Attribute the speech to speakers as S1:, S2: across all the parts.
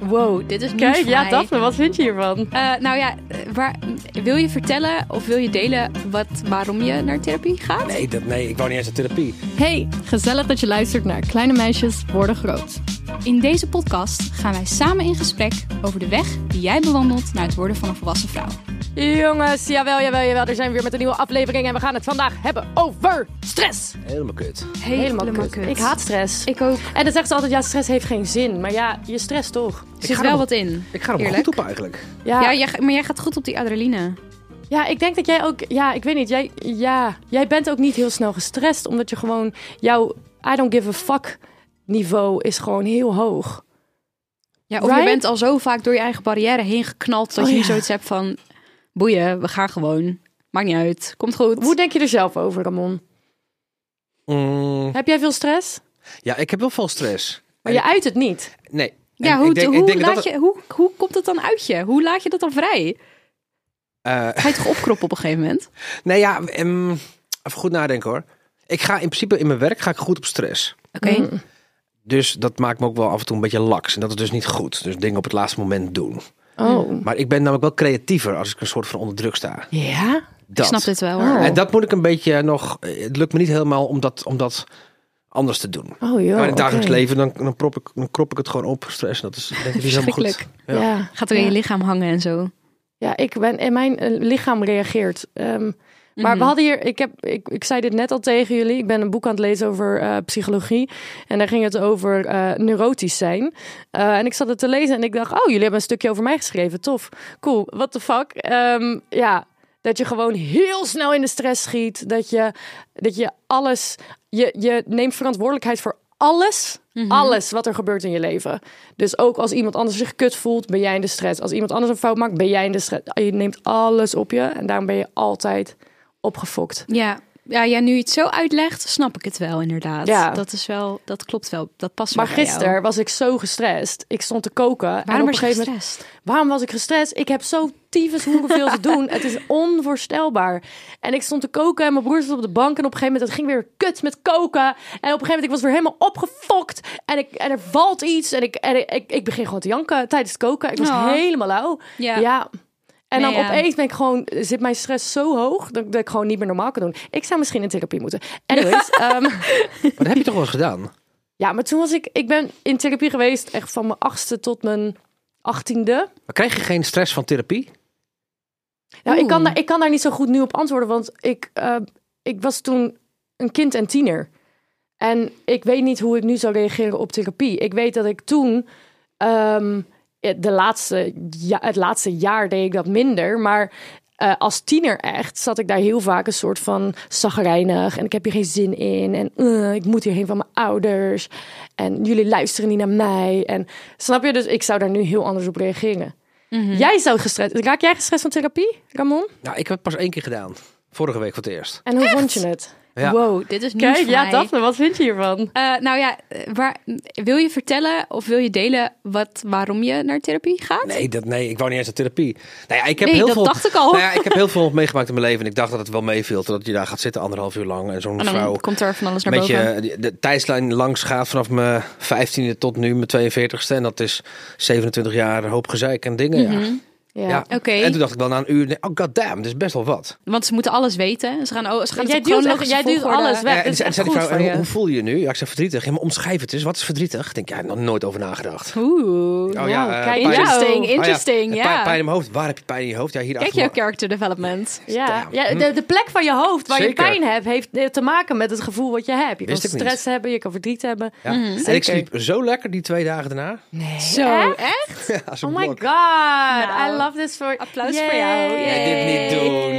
S1: Wow, dit is nieuws
S2: Dus Kijk,
S1: voor
S2: ja,
S1: mij.
S2: Daphne, wat vind je hiervan?
S1: Eh, nou ja, eh, waar, wil je vertellen of wil je delen wat, waarom je naar therapie gaat?
S3: Nee, dat, nee, ik wou niet eens naar therapie.
S4: Hey, gezellig dat je luistert naar Kleine Meisjes Worden Groot.
S1: In deze podcast gaan wij samen in gesprek over de weg die jij bewandelt naar het worden van een volwassen vrouw.
S2: Jongens, jawel, jawel, jawel. Er zijn we weer met een nieuwe aflevering en we gaan het vandaag hebben over stress.
S3: Helemaal kut.
S2: Helemaal, kut. Ik haat stress.
S1: Ik ook.
S2: En dan zeggen ze altijd, ja, stress heeft geen zin. Maar ja, je stress toch.
S1: Er zit wel wat in.
S3: Ik ga er wel
S1: Eerlijk?
S3: goed op eigenlijk.
S2: Ja,
S1: Ja,
S2: ja,
S1: jij ga- maar jij gaat goed op die adrenaline.
S2: ik denk dat jij ook... Ja, ik weet niet. Jij, ja, jij bent ook niet heel snel gestrest, omdat je gewoon... Jouw I don't give a fuck niveau is gewoon heel hoog.
S1: Ja, of
S2: Right?
S1: je bent al zo vaak door je eigen barrière heen geknald dat
S2: Oh,
S1: je nu
S2: ja.
S1: zoiets hebt van... Boeien, we gaan gewoon. Maakt niet uit. Komt goed.
S2: Hoe denk je er zelf over, Ramon?
S3: Mm,
S2: Heb jij veel stress?
S3: ja, ik heb wel veel stress.
S2: Maar je uit het niet.
S3: Nee. En
S1: ja, hoe,
S3: ik denk- ik
S1: hoe,
S3: denk dat
S1: laat
S3: het-
S1: je, hoe, hoe komt dat dan uit je? Hoe laat je dat dan vrij?
S3: eh,
S1: Ga je het toch opkroppen op een gegeven moment?
S3: nee, ja, em, even goed nadenken hoor. Ik ga in principe in mijn werk ga ik goed op stress.
S1: Oké.
S3: Dus dat maakt me ook wel af en toe een beetje laks. En dat is dus niet goed. Dus dingen op het laatste moment doen.
S2: Oh.
S3: Maar ik ben namelijk wel creatiever als ik een soort van onder druk sta.
S2: Ja?
S3: Dat.
S1: Ik snap dit wel hoor.
S3: En dat moet ik een beetje nog... Het lukt me niet helemaal om dat, om dat anders te doen.
S2: Oh joh.
S3: maar in het dagelijks
S2: oké.
S3: leven, dan, dan, prop ik, dan krop ik het gewoon op, stress. En dat is denk ik niet helemaal goed.
S1: Verschrikkelijk.
S3: Ja.
S2: Ja.
S1: Gaat er in je lichaam hangen en zo.
S2: Ja, ik ben en mijn eh, lichaam reageert. Ehm, Maar we hadden hier, ik, heb, ik, ik zei dit net al tegen jullie. Ik ben een boek aan het lezen over eh, psychologie. En daar ging het over eh, neurotisch zijn. Eh, en ik zat het te lezen en ik dacht, oh, jullie hebben een stukje over mij geschreven. Tof, cool, what the fuck. Ehm, ja, dat je gewoon heel snel in de stress schiet. Dat je, dat je alles, je, je neemt verantwoordelijkheid voor alles.
S1: Mhm.
S2: Alles wat er gebeurt in je leven. Dus ook als iemand anders zich kut voelt, ben jij in de stress. Als iemand anders een fout maakt, ben jij in de stress. Je neemt alles op je en daarom ben je altijd opgefokt.
S1: Ja. Ja, jij nu iets zo uitlegt, snap ik het wel inderdaad.
S2: Ja.
S1: Dat is wel, dat klopt wel. Dat past
S2: Maar
S1: wel bij jou.
S2: gisteren was ik zo gestrest. Ik stond te koken. en
S1: Waarom
S2: op
S1: was
S2: een
S1: je
S2: gegeven moment,
S1: gestrest?
S2: waarom was ik gestrest? Ik heb zo tyfus hoeveel te doen. Het is onvoorstelbaar. En ik stond te koken en mijn broer zat op de bank. En op een gegeven moment, het ging weer kut met koken. En op een gegeven moment, ik was weer helemaal opgefokt. En, ik, en er valt iets. En, ik, en ik, ik, ik begin gewoon te janken tijdens het koken. Ik was
S1: Oh.
S2: helemaal lauw.
S1: Ja.
S2: ja. En
S1: Nee,
S2: dan
S1: ja.
S2: opeens ben ik gewoon, zit mijn stress zo hoog dat, dat ik gewoon niet meer normaal kan doen. Ik zou misschien in therapie moeten. Anyways, ehm,
S3: Maar dat heb je toch wel eens gedaan?
S2: ja, maar toen was ik, ik ben in therapie geweest echt van mijn achtste tot mijn achttiende.
S3: Maar krijg je geen stress van therapie?
S2: Nou, ik kan,
S1: Oeh.
S2: daar, ik kan daar niet zo goed nu op antwoorden, want ik, eh, ik was toen een kind en tiener. En ik weet niet hoe ik nu zou reageren op therapie. Ik weet dat ik toen, ehm, de laatste, ja, het laatste jaar deed ik dat minder, maar... eh, als tiener echt zat ik daar heel vaak een soort van zagrijnig en ik heb hier geen zin in en eh, ik moet hierheen van mijn ouders en jullie luisteren niet naar mij en snap je dus ik zou daar nu heel anders op reageren.
S1: Mhm.
S2: Jij zou gestrest. Raak jij gestrest van therapie, Ramon?
S3: Nou, ik heb het pas één keer gedaan. Vorige week voor het eerst.
S2: En hoe vond je het?
S3: Ja.
S1: Wow, dit is nieuws voor mij.
S2: wat vind je hiervan?
S1: Eh, nou ja, eh, waar, wil je vertellen of wil je delen wat, waarom je naar therapie gaat?
S3: Nee, dat, nee, ik wou niet eens naar therapie. Nou ja, ik heb
S1: Nee,
S3: heel
S1: dat
S3: veel,
S1: dacht ik al.
S3: Nou ja, ik heb heel veel meegemaakt in mijn leven. En ik dacht dat het wel meeviel. Totdat je daar gaat zitten anderhalf uur lang. En zo'n
S1: En Oh, dan
S3: vrouw
S1: komt er van alles naar
S3: met
S1: boven.
S3: je die- de tijdslijn langs gaat vanaf mijn 15e tot nu mijn 42e. En dat is 27 jaar een hoop gezeik en dingen. ja.
S2: Ja.
S3: Ja.
S1: Mhm. Oké.
S3: En toen dacht ik wel na een uur, nee, oh goddamn, dit is best wel wat.
S1: Want ze moeten alles weten. Ze gaan, oh, ze gaan
S2: Jij
S1: het
S2: duwt,
S1: chronologische
S2: echt- jij duwt
S1: volgorde-
S2: alles weg.
S3: en
S2: dat is
S3: ze- en
S2: echt
S3: zei
S2: goed
S3: die vrouw,
S2: voor
S3: en
S2: je.
S3: hoe, hoe voel je je nu? Ja, ik zei verdrietig. Ja, maar omschrijf het eens. Wat is verdrietig? Ik denk, ja, nog nooit over nagedacht.
S1: Oeh.
S3: Oh ja,
S2: Wow,
S3: eh,
S2: nou, kijk,
S3: pijn-
S1: interesting,
S3: Oh ja,
S1: interesting,
S3: pijn-
S1: ja.
S3: Pijn, in mijn hoofd. Waar heb je pijn in je hoofd? Ja, hier
S1: Kijk
S3: achter
S1: jouw
S3: mijn-
S1: character development.
S2: Ja, ja de, de plek van je hoofd waar
S3: Zeker.
S2: je pijn hebt, heeft eh, te maken met het gevoel wat je hebt. Je
S3: Wist
S2: kan
S3: ik niet.
S2: stress hebben, je kan verdriet hebben.
S3: Ja.
S1: Mhm,
S3: En ik
S2: Zeker.
S3: sliep zo lekker die twee dagen daarna.
S1: Zo, Oh, echt? Nou,
S3: Ja, als een
S2: Oh my
S3: blok.
S2: god, I love this for
S1: Applaus voor jou.
S2: Yay.
S3: Ja, dit niet doen.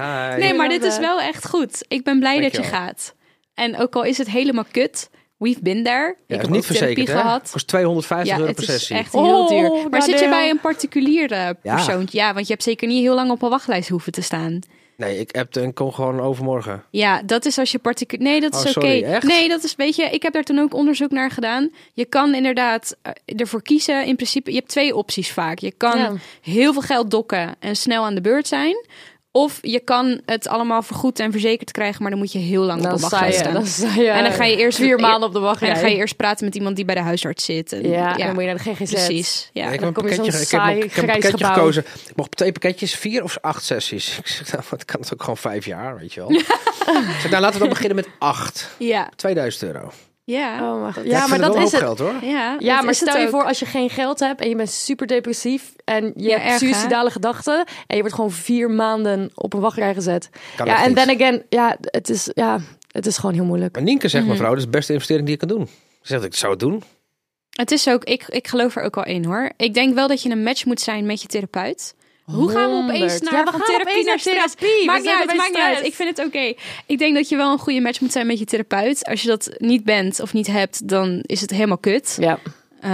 S3: Hi.
S1: Nee, maar
S2: Love
S1: dit is
S2: it.
S1: wel echt goed. Ik ben blij dat je
S3: Dankjewel.
S1: gaat. En ook al is het helemaal kut, We've been there.
S3: Ja,
S1: ik
S3: is
S1: heb
S3: niet
S1: ook therapie
S3: verzekerd, hè?
S1: gehad.
S3: Kost 250 euro
S1: het
S3: per
S1: is
S3: sessie. nou
S1: echt heel
S2: Oh,
S1: duur. Maar zit je
S2: Nadeel.
S1: bij een particulier eh,
S3: Ja.
S1: persoontje? Ja, want je hebt zeker niet heel lang op een wachtlijst hoeven te staan.
S3: Nee, ik appte en kon gewoon overmorgen.
S1: Ja, dat is als je particulier... Nee, dat is
S3: Oh,
S1: oké.
S3: sorry, echt?
S1: Nee, dat is, weet je, ik heb daar toen ook onderzoek naar gedaan. Je kan inderdaad eh, ervoor kiezen. In principe, je hebt twee opties vaak. Je kan
S2: Ja.
S1: heel veel geld dokken en snel aan de beurt zijn. Of je kan het allemaal vergoed en verzekerd krijgen, maar dan moet je heel lang op
S2: Dan
S1: een
S2: sta
S1: wachtlijst
S2: je,
S1: staan.
S2: dan sta je
S1: en dan ga je eerst e-
S2: vier maanden op de wacht.
S1: En dan ga je eerst praten met iemand die bij de huisarts zit. En,
S2: ja, en dan moet je naar de GGZ.
S1: precies. Ja.
S3: Ja, ik,
S2: dan
S3: heb een
S2: kom je zo'n
S3: pakketje, ik heb een-
S2: saai
S3: ik heb een
S2: grijs
S3: pakketje
S2: gebouw.
S3: gekozen. Ik mocht twee pakketjes, vier of acht sessies. Ik zeg, nou, wat kan het ook gewoon vijf jaar, weet je wel. ik zeg, nou, laten we dan beginnen met acht.
S1: Ja.
S3: 2000 euro.
S1: Ja.
S2: Oh, mijn god.
S3: ik
S2: Ja,
S3: vind
S2: maar
S3: het
S2: dat
S3: wel
S2: is
S3: hoog
S2: het.
S3: geld, hoor.
S1: Ja,
S2: Ja,
S1: dat
S2: maar
S1: is het
S2: stel je
S1: ook.
S2: voor als je geen geld hebt en je bent super depressief en je
S1: Ja,
S2: hebt
S1: erg, hè?
S2: suicidale gedachten en je wordt gewoon vier maanden op een wachtrij gezet.
S3: Kan
S2: ja,
S3: echt
S2: en
S3: niet.
S2: then again, ja, het is, ja, het is gewoon heel moeilijk.
S3: Maar Nienke
S1: Mhm.
S3: zegt, mevrouw, dat is de beste investering die je kan doen. Ze zegt, ik zou het doen.
S1: Het is ook, ik, ik geloof er ook wel in hoor. Ik denk wel dat je een match moet zijn met je therapeut. Hoe gaan we opeens
S2: Honderd.
S1: naar
S2: Ja, we
S1: van
S2: gaan
S1: therapie
S2: opeens
S1: naar
S2: naar
S1: stress?
S2: therapie. We
S1: Maakt niet
S2: zijn
S1: uit,
S2: bij
S1: maakt niet
S2: stress.
S1: uit. Ik vind het oké. Ik denk dat je wel een goede match moet zijn met je therapeut. Als je dat niet bent of niet hebt, dan is het helemaal kut.
S2: Ja,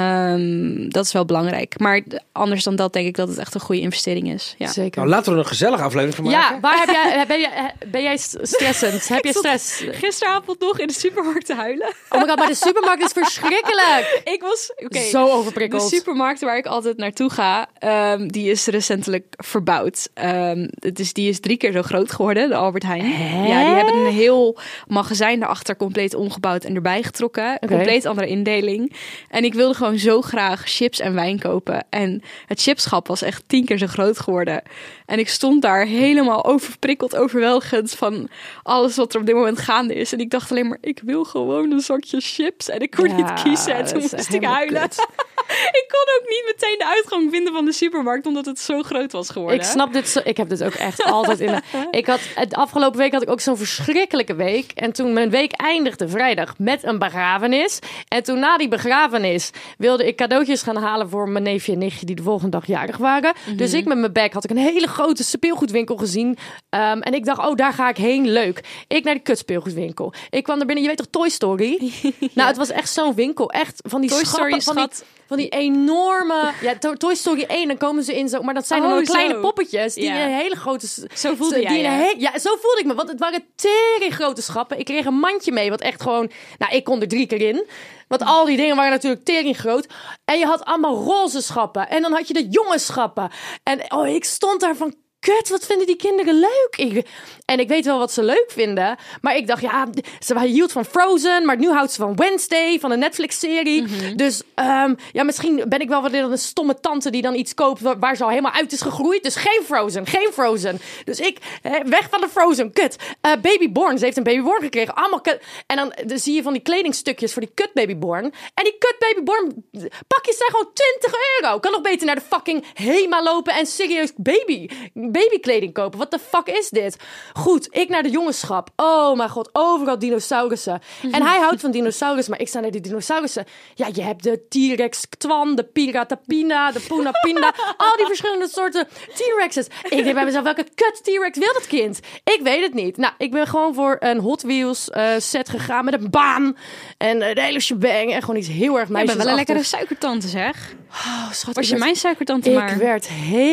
S1: Ehm, dat is wel belangrijk. Maar d- anders dan dat denk ik dat het echt een goede investering is. Ja.
S2: zeker.
S3: Nou, laten we er een gezellige aflevering van maken.
S2: ja, waar heb jij, ben jij, ben jij st- stressend? heb je
S1: stond-
S2: stress?
S1: Gisteravond nog in de supermarkt te huilen.
S2: Oh my god, maar de supermarkt is verschrikkelijk.
S1: Ik was... oké.
S2: Zo overprikkeld.
S1: De supermarkt waar ik altijd naartoe ga, ehm, die is recentelijk verbouwd. Ehm, het is, die is drie keer zo groot geworden, de Albert Heijn. Ja, die hebben een heel magazijn daarachter compleet omgebouwd en erbij getrokken.
S2: Oké.
S1: Compleet andere indeling. En ik wilde gewoon zo graag chips en wijn kopen. En het chipschap was echt tien keer zo groot geworden. En ik stond daar helemaal overprikkeld, overweldigend van alles wat er op dit moment gaande is. En ik dacht alleen maar, ik wil gewoon een zakje chips. En ik kon
S2: Ja,
S1: niet kiezen. En
S2: dat
S1: toen
S2: is
S1: moest ik
S2: helemaal
S1: huilen.
S2: kut.
S1: Ik kon ook niet meteen de uitgang vinden van de supermarkt, omdat het zo groot was geworden.
S2: Ik snap dit zo. Ik heb dit ook echt altijd in. de- Ik had het afgelopen week had ik ook zo'n verschrikkelijke week. En toen mijn week eindigde vrijdag met een begrafenis. En toen na die begrafenis wilde ik cadeautjes gaan halen voor mijn neefje en nichtje die de volgende dag jarig waren. Dus ik met mijn bek had ik een hele grote speelgoedwinkel gezien. Ehm, en ik dacht, oh daar ga ik heen, leuk. Ik naar die kut speelgoedwinkel. Ik kwam er binnen. Je weet toch Toy Story? Nou, het was echt zo'n winkel, echt van die
S1: Toy
S2: schappen,
S1: Story,
S2: van die
S1: schat.
S2: van die enorme. Ja, To- Toy Story 1, dan komen ze in zo. Maar dat zijn
S1: Oh,
S2: allemaal
S1: zo.
S2: kleine poppetjes. Die
S1: Ja.
S2: in een hele grote. s-
S1: Zo voelde
S2: die
S1: jij
S2: in een
S1: je?
S2: he- Ja, zo voelde ik me. Want het waren tering grote schappen. Ik kreeg een mandje mee. Wat echt gewoon. Nou, ik kon er drie keer in. Want al die dingen waren natuurlijk tering groot. En je had allemaal roze schappen. En dan had je de jonge schappen. En oh, ik stond daar van. Kut, wat vinden die kinderen leuk? Ik, en ik weet wel wat ze leuk vinden. Maar ik dacht, ja, ze hield van Frozen. Maar nu houdt ze van Wednesday, van een Netflix-serie.
S1: Mhm.
S2: Dus ehm, ja, misschien ben ik wel weer een stomme tante die dan iets koopt wa- waar ze al helemaal uit is gegroeid. Dus geen Frozen, geen Frozen. Dus ik, hè, weg van de Frozen, kut. Eh, babyborn, ze heeft een babyborn gekregen. Allemaal kut. En dan, eh, dan zie je van die kledingstukjes voor die kut babyborn. En die kut babyborn pakjes zijn gewoon 20 euro. Kan nog beter naar de fucking Hema lopen en serieus baby, babykleding kopen. Wat de fuck is dit? Goed, ik naar de jongenschap. Oh mijn god, overal dinosaurussen. En hij houdt van dinosaurussen, maar ik sta naar die dinosaurussen. Ja, je hebt de T-Rex Twan, de Piratapina, de Puna Pinda. al die verschillende soorten T-Rexes. Ik denk bij mezelf, welke kut T-Rex wil dat kind? Ik weet het niet. Nou, ik ben gewoon voor een Hot Wheels eh, set gegaan met een baan. En eh, de hele shebang. En gewoon iets heel erg
S1: Ik ben wel een
S2: meisjesachtigs.
S1: lekkere suikertante, zeg.
S2: Oh, schat,
S1: Was
S2: ik
S1: je
S2: werd-
S1: mijn suikertante
S2: Ik
S1: maar?
S2: werd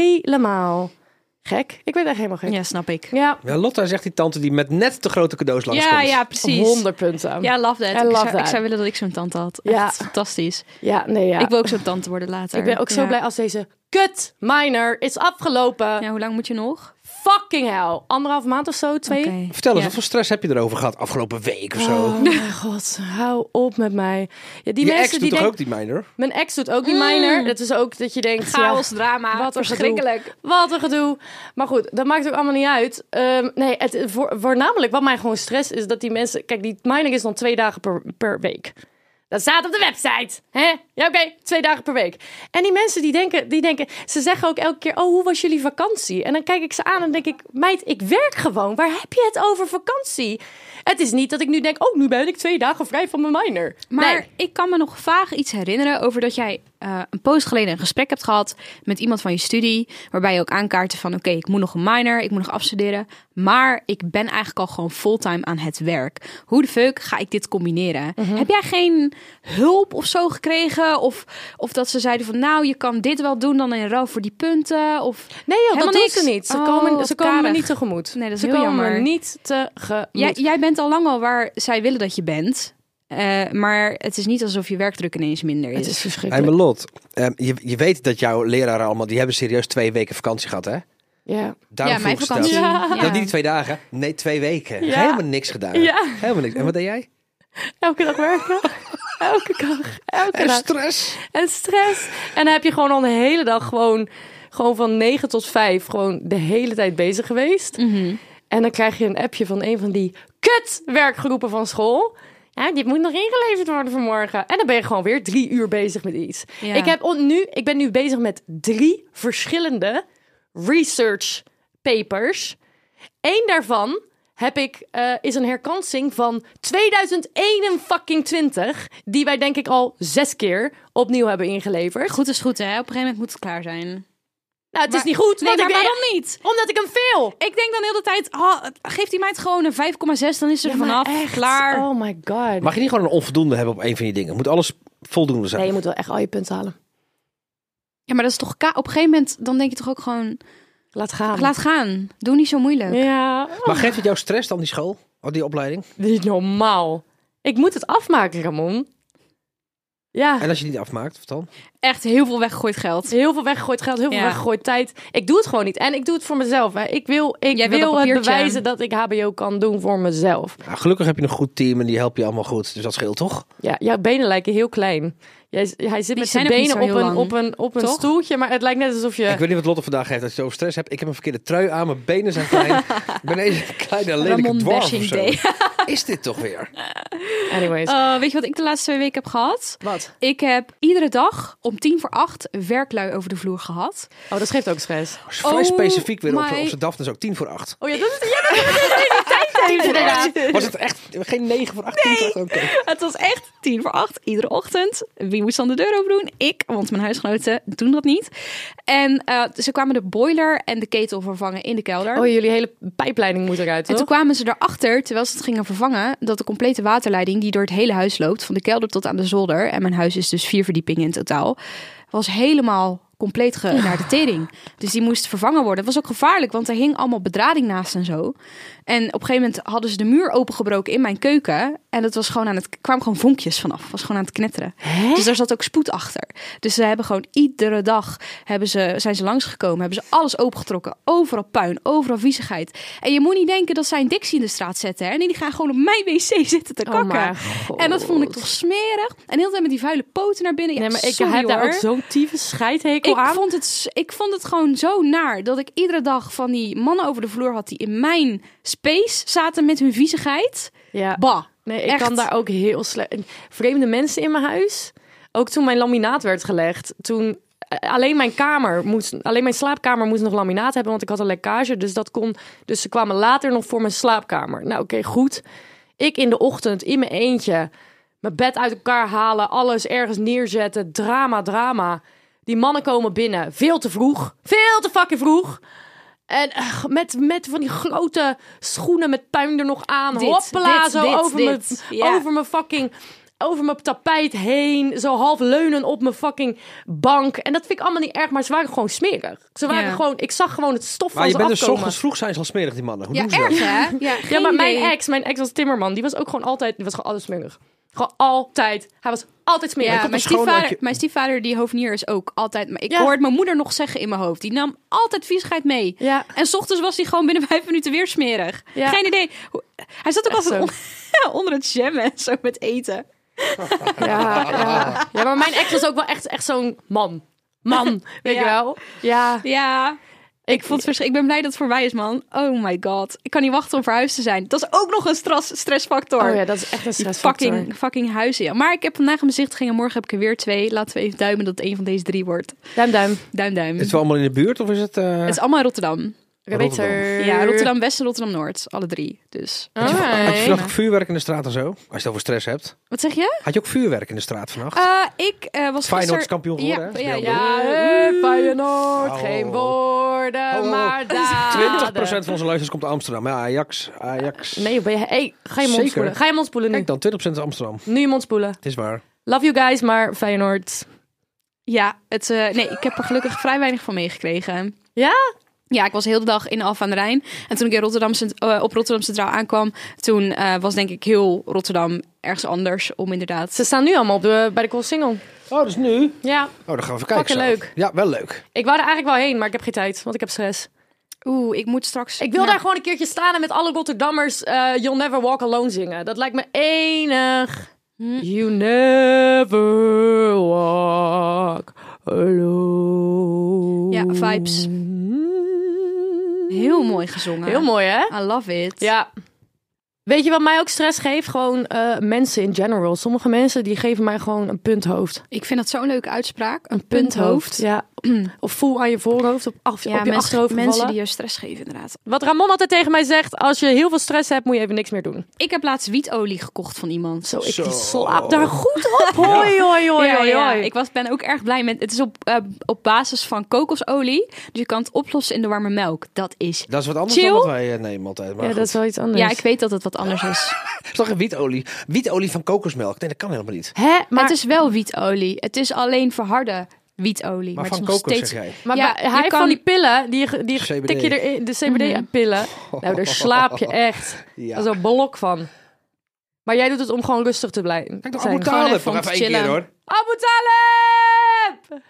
S2: helemaal gek. Ik werd echt helemaal gek.
S1: Ja, snap ik.
S2: Ja,
S3: Ja, Lotta zegt die tante die met net te grote cadeaus langskomt.
S1: Ja, ja, precies.
S2: 100 punten.
S1: Ja, love that.
S2: I
S1: ik,
S2: love
S1: zou, ik
S2: that.
S1: zou willen dat ik zo'n tante had.
S2: Ja.
S1: Echt fantastisch.
S2: Ja, nee, ja.
S1: Ik wil ook zo'n tante worden later.
S2: Ik ben ook zo
S1: Ja.
S2: blij als deze kut minor is afgelopen.
S1: Ja, hoe lang moet je nog?
S2: Fucking hell. Anderhalf maand of zo, twee.
S1: Oké.
S3: Vertel eens,
S1: Ja.
S3: hoeveel stress heb je erover gehad afgelopen week of zo?
S2: Oh mijn god, hou op met mij. Ja, die
S3: je
S2: mensen
S3: ex doet
S2: die
S3: toch
S2: denken-
S3: ook die minor?
S2: Mijn ex doet ook die minor. Dat is ook dat je denkt... ja,
S1: Mm. Chaos, drama,
S2: Wat een
S1: verschrikkelijk.
S2: gedoe. Wat een gedoe. Maar goed, dat maakt ook allemaal niet uit. Ehm, nee, het, voor, voornamelijk wat mij gewoon stress is dat die mensen... Kijk, die mining is dan twee dagen per, per week. Dat staat op de website. Hè? Ja, Ja, oké, twee dagen per week. En die mensen die denken, die denken, ze zeggen ook elke keer, oh, hoe was jullie vakantie? En dan kijk ik ze aan en denk ik, meid, ik werk gewoon. Waar heb je het over vakantie? Het is niet dat ik nu denk, oh, nu ben ik twee dagen vrij van mijn minor.
S1: Maar
S2: Nee.
S1: ik kan me nog vaag iets herinneren over dat jij eh, een poos geleden een gesprek hebt gehad met iemand van je studie. Waarbij je ook aankaartte van oké, ik moet nog een minor, ik moet nog afstuderen. Maar ik ben eigenlijk al gewoon fulltime aan het werk. Hoe de fuck ga ik dit combineren?
S2: Mhm.
S1: Heb jij geen hulp of zo gekregen? Of, of dat ze zeiden van nou, je kan dit wel doen dan in ruil voor die punten? Of
S2: Nee, joh, dat
S1: Helemaal
S2: doen
S1: niks.
S2: ze niet. Ze
S1: Oh,
S2: komen, ze
S1: wat
S2: komen me
S1: karig.
S2: niet tegemoet.
S1: Nee, dat is
S2: ze
S1: heel
S2: komen me
S1: jammer.
S2: niet tegemoet.
S1: jij, jij bent al lang al waar zij willen dat je bent. Eh, maar het is niet alsof je werkdruk ineens minder is.
S2: het is
S3: Hey,
S2: verschrikkelijk.
S3: maar Lot, ehm, je, je weet dat jouw leraren allemaal, die hebben serieus twee weken vakantie gehad, hè?
S2: Ja.
S3: Daarom
S1: ja,
S3: vroeg
S1: mijn
S3: ik ze
S1: vakantie.
S3: dat.
S1: Ja.
S3: Nou, niet twee dagen. Nee, twee weken.
S2: Ja.
S3: Helemaal niks gedaan.
S2: Ja.
S3: Helemaal niks. En wat deed jij?
S2: Elke dag werken. Elke dag. Elke
S3: En
S2: dag.
S3: stress.
S2: En stress. En dan heb je gewoon al de hele dag gewoon, gewoon van 9 tot 5 gewoon de hele tijd bezig geweest. En dan krijg je een appje van een van die kutwerkgroepen van school. Ja, dit moet nog ingeleverd worden vanmorgen. En dan ben je gewoon weer drie uur bezig met iets.
S1: Ja.
S2: Ik, heb on- nu, ik ben nu bezig met drie verschillende research papers. Eén daarvan heb ik, eh, is een herkansing van 2021, die wij denk ik al zes keer opnieuw hebben ingeleverd.
S1: Goed is goed, hè? Op een gegeven moment moet het klaar zijn.
S2: Nou, het is niet goed,
S1: Nee,
S2: want
S1: maar
S2: ik ben-
S1: waarom niet?
S2: omdat ik hem veel.
S1: Ik denk dan heel de tijd, oh, geeft die meid gewoon een 5,6, dan is ze er vanaf. Klaar.
S2: Oh my god.
S3: Mag je niet gewoon een onvoldoende hebben op een van die dingen? Moet alles voldoende zijn?
S2: Nee, je moet wel echt al je punten halen.
S1: Ja, maar dat is toch ka- op een gegeven moment, dan denk je toch ook gewoon,
S2: Laat gaan.
S1: laat gaan. Doe niet zo moeilijk.
S2: Ja,
S3: Maar geeft het jou stress dan die school? Of die opleiding?
S2: niet normaal. Ik moet het afmaken, Ramon. Ja.
S3: En als je die niet afmaakt, wat dan?
S1: Echt heel veel weggegooid geld.
S2: Heel veel weggegooid geld, heel veel
S1: Ja.
S2: weggegooid tijd. Ik doe het gewoon niet. En ik doe het voor mezelf. Hè. Ik wil, ik
S1: Jij wil
S2: wil
S1: dat
S2: het
S1: papiertje.
S2: bewijzen dat ik HBO kan doen voor mezelf.
S3: Nou, gelukkig heb je een goed team en die helpen je allemaal goed. Dus dat scheelt toch?
S2: Ja, jouw benen lijken heel klein. Jij, hij zit met zijn
S1: zijn ook niet
S2: benen
S1: zo
S2: op
S1: heel
S2: een,
S1: lang.
S2: op een, op een
S1: Toch?
S2: stoeltje, maar het lijkt net alsof je...
S3: Ik weet niet wat Lotte vandaag heeft als je het over stress hebt. Ik heb een verkeerde trui aan, mijn benen zijn klein. ik ben ineens een kleine lelijke
S1: Ramon
S3: dwarf of
S1: bashing
S3: zo.
S1: day.
S3: Is dit toch weer?
S2: Anyways.
S1: Eh, weet je wat ik de laatste twee weken heb gehad?
S2: Wat?
S1: Ik heb iedere dag om tien voor acht werklui over de vloer gehad.
S2: Oh, dat geeft ook stress.
S3: Dat is vrij
S1: Oh
S3: specifiek weer op,
S1: my-
S3: op zijn Daphne. is ook tien voor acht.
S2: Oh ja, dat is, ja, dat is, inderdaad.
S3: Was het echt geen negen voor acht? tien voor acht? Oké.
S1: Het was echt tien voor acht, iedere ochtend. Wie moest dan de deur open doen? Ik, want mijn huisgenoten doen dat niet. En eh, ze kwamen de boiler en de ketel vervangen in de kelder.
S2: Oh, jullie hele pijpleiding moet eruit,
S1: en
S2: toch?
S1: toen kwamen ze erachter, terwijl ze het gingen vervangen, dat de complete waterleiding die door het hele huis loopt, van de kelder tot aan de zolder, en mijn huis is dus vier verdiepingen in totaal, was helemaal compleet ge- naar de tering. Dus die moest vervangen worden. Het was ook gevaarlijk, want er hing allemaal bedrading naast en zo. En op een gegeven moment hadden ze de muur opengebroken in mijn keuken. En dat was gewoon aan het, kwamen gewoon vonkjes vanaf. was gewoon aan het knetteren. Dus daar zat ook spoed achter. Dus ze hebben gewoon iedere dag hebben ze, zijn ze langsgekomen. Hebben ze alles opengetrokken. Overal puin, overal viezigheid. En je moet niet denken dat zij een Dixie in de straat zetten. Hè? Nee, die gaan gewoon op mijn wc zitten te
S2: Oh
S1: kakken.
S2: mijn God.
S1: en dat vond ik toch smerig. En heel de hele tijd met die vuile poten naar binnen. Ja,
S2: Nee, maar ik
S1: sorry,
S2: heb daar
S1: hoor.
S2: ook zo'n tieve scheidhekel
S1: Ik
S2: aan.
S1: vond, het, s- ik vond het gewoon zo naar dat ik iedere dag van die mannen over de vloer had die in mijn space zaten met hun viezigheid.
S2: Ja.
S1: Bah.
S2: Nee, ik
S1: Echt.
S2: kan daar ook heel slecht. Vreemde mensen in mijn huis. Ook toen mijn laminaat werd gelegd, toen eh, alleen mijn kamer moest, alleen mijn slaapkamer moest nog laminaat hebben, want ik had een lekkage, dus dat kon. Dus ze kwamen later nog voor mijn slaapkamer. Nou, oké, goed. Ik in de ochtend in mijn eentje mijn bed uit elkaar halen, alles ergens neerzetten, drama, drama. Die mannen komen binnen, veel te vroeg, veel te fucking vroeg. En ugh, met, met van die grote schoenen met puin er nog aan.
S1: Dit,
S2: Hoppla,
S1: dit,
S2: zo
S1: dit,
S2: over,
S1: dit.
S2: Mijn,
S1: Ja.
S2: over mijn fucking... Over mijn tapijt heen. Zo half leunen op mijn fucking bank. En dat vind ik allemaal niet erg, maar ze waren gewoon smerig. Ze waren
S1: Ja.
S2: gewoon... Ik zag gewoon het stof
S3: Maar
S2: van
S3: je
S2: ze
S3: bent dus
S2: afkomen.
S3: ochtends vroeg zijn ze al smerig, die mannen. Hoe
S1: Ja,
S3: doen ze dat?
S1: erg hè? Ja,
S2: Ja,
S1: geen
S2: maar
S1: idee.
S2: mijn ex, mijn ex was timmerman. Die was ook gewoon altijd... Die was gewoon altijd smerig. Gewoon altijd. Hij was altijd smerig.
S1: Ja,
S3: komt
S1: mijn
S3: dus gewoon
S1: stiefvader,
S3: uit je-
S1: mijn stiefvader, die hovenier is ook altijd... Maar ik
S2: Ja.
S1: hoorde mijn moeder nog zeggen in mijn hoofd. Die nam altijd viezigheid mee.
S2: Ja.
S1: En s ochtends was hij gewoon binnen vijf minuten weer smerig.
S2: Ja.
S1: Geen idee. Hoe- Hij zat ook
S2: Echt
S1: altijd on- onder het jammen en zo met eten.
S2: Ja, ja. ja, maar mijn ex was ook wel echt, echt zo'n man. Man, weet
S1: Ja.
S2: je wel? Ja.
S1: Ja, Ik, vond het verschrik- ik ben blij dat het voorbij is, man. Oh my god. Ik kan niet wachten om verhuisd te zijn. Dat is ook nog een stress, stressfactor.
S2: Oh ja, dat is echt een
S1: Die
S2: stressfactor.
S1: fucking, fucking huizen, ja. Maar ik heb vandaag een bezichtiging en morgen heb ik er weer twee. Laten we even duimen dat het een van deze drie wordt.
S2: Duim, duim.
S1: Duim, duim.
S3: Is het wel allemaal in de buurt of is het... eh,
S1: Het is allemaal in Rotterdam.
S2: Beter.
S1: Ja, Rotterdam West en Rotterdam Noord. Alle drie. Dus.
S3: Had je
S2: Alright.
S3: vannacht vuurwerk in de straat en zo? Als je het over stress hebt.
S1: Wat zeg je?
S3: Had je ook vuurwerk in de straat vannacht?
S1: Eh, ik eh, was
S3: Feyenoord is
S1: gister...
S3: kampioen geworden,
S1: Ja,
S3: hè?
S1: ja,
S3: Real
S1: ja.
S2: Ja, hè, Feyenoord,
S3: Oh.
S2: geen woorden,
S3: Oh.
S2: maar
S1: Ah,
S2: daden.
S3: Madrid. 20% van onze luisteraars komt uit Amsterdam. Ja, Ajax. Ajax.
S2: Nee, ben je, hey, ga je mond
S3: Zeker.
S2: spoelen. Ga je mond spoelen nu.
S3: Kijk dan, 20% is Amsterdam.
S2: Nu je mond spoelen.
S3: Het is waar.
S2: Love you guys, maar Feyenoord.
S1: Ja, het, eh, nee, ik heb er gelukkig vrij weinig van meegekregen.
S2: Ja?
S1: Ja, ik was heel de dag in Alphen aan de Rijn. En toen ik in Rotterdam, Cent- eh, op Rotterdam Centraal aankwam, toen eh, was denk ik heel Rotterdam ergens anders om inderdaad...
S2: Ze staan nu allemaal op de, bij de Coolsingel.
S3: Oh, dus nu?
S2: Ja,
S3: Oh, dan gaan we even kijken.
S2: Fucking
S3: zo.
S2: leuk.
S3: Ja, wel leuk.
S2: ik wou er eigenlijk wel heen, maar ik heb geen tijd, want ik heb stress.
S1: Oeh, ik moet straks...
S2: Ik wil
S1: Ja.
S2: daar gewoon een keertje staan en met alle Rotterdammers eh, You'll Never Walk Alone zingen. Dat lijkt me enig. You never walk alone.
S1: Ja, vibes. Heel mooi gezongen.
S2: Heel mooi, hè?
S1: I love it.
S2: Ja. Weet je wat mij ook stress geeft? Gewoon eh, mensen in general. Sommige mensen die geven mij gewoon een punthoofd.
S1: Ik vind dat zo'n leuke uitspraak. Een punthoofd.
S2: Ja. Of voel aan je voorhoofd op, af, op je
S1: mensen,
S2: achterhoofd
S1: mensen
S2: vallen.
S1: die je stress geven inderdaad.
S2: Wat Ramon altijd tegen mij zegt, als je heel veel stress hebt, moet je even niks meer doen.
S1: Ik heb laatst wietolie gekocht van iemand.
S2: Zo, ik
S3: Zo.
S2: slaap daar goed op. Hoi, hoi, hoi,
S1: ja,
S2: hoi,
S1: ja.
S2: hoi.
S1: Ik was, ben ook erg blij met. Het is op, eh, op basis van kokosolie. Dus je kan het oplossen in de warme melk. Dat is.
S3: Dat is wat anders
S1: Chill.
S3: dan wat wij eh, nemen altijd. Maar
S2: Ja, dat is wel iets anders.
S1: Ja, ik weet dat het wat anders is.
S3: Het is toch een wietolie? Wietolie van kokosmelk? Nee, dat kan helemaal niet.
S2: Hè? Maar,
S1: het is wel wietolie. Het is alleen verharde wietolie.
S3: Maar,
S1: het
S3: van
S1: is nog
S3: kokos
S1: steeds...
S3: zeg jij.
S2: maar
S1: Ja,
S2: bij- hij
S1: je
S2: heeft
S1: kan-
S2: van die pillen, die, je- die
S3: CBD.
S2: tik je erin, de CBD-pillen. Nou, daar slaap je echt.
S3: Ja.
S2: Dat is een blok van. Maar jij doet het om gewoon rustig te blijven.
S3: Kijk
S2: zijn.
S3: naar
S1: gewoon
S3: Abu
S1: even
S3: Talib.
S1: om
S3: Nog
S1: te
S3: even één keer
S1: chillen.
S3: hoor.
S2: Abu Talib!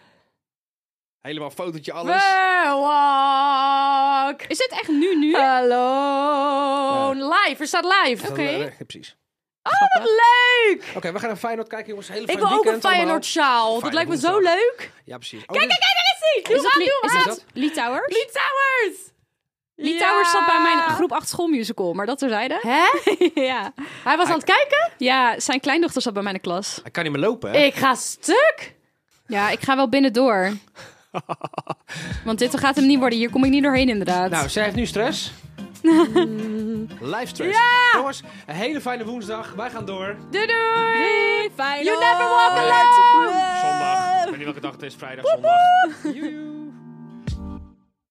S3: Helemaal fotootje alles.
S2: We walk
S1: Is dit echt nu, nu?
S2: alone. Live, er staat live.
S3: Dat is wel, eh, ja, precies.
S2: Oh, wat leuk!
S3: Oké, we gaan naar Feyenoord kijken jongens. Hele
S2: Ik
S3: fijn
S2: wil ook een
S3: weekend allemaal.
S2: Feyenoord sjaal. Dat
S3: Fijn
S2: lijkt me zo
S3: woensdag.
S2: leuk.
S3: Ja, precies. Oh,
S2: Kijk, kijk, kijk, daar is hij!
S1: Is
S2: Doe hem
S1: dat,
S2: aan,
S1: Lee-
S2: doe
S1: is
S2: hem aan!
S1: dat Lee Towers?
S2: Lee Towers!
S1: Lee
S2: Ja.
S1: Towers zat bij mijn groep 8 schoolmusical. Maar dat terzijde.
S2: Hè?
S1: ja.
S2: Hij was aan het kijken?
S1: ja, zijn kleindochter zat bij mijn klas.
S3: Hij kan niet meer lopen hè?
S2: Ik ga stuk!
S1: Ja, ik ga wel binnendoor. Want dit gaat hem niet worden. Hier kom ik niet doorheen inderdaad.
S3: Nou, zij heeft nu stress. Live stress. Jongens, een hele fijne woensdag. Wij gaan door.
S2: Doei doei!
S1: Feyenoord.
S2: You never walk alone!
S3: Zondag. Ik weet niet welke dag het is. Vrijdag, zondag. Joejoe.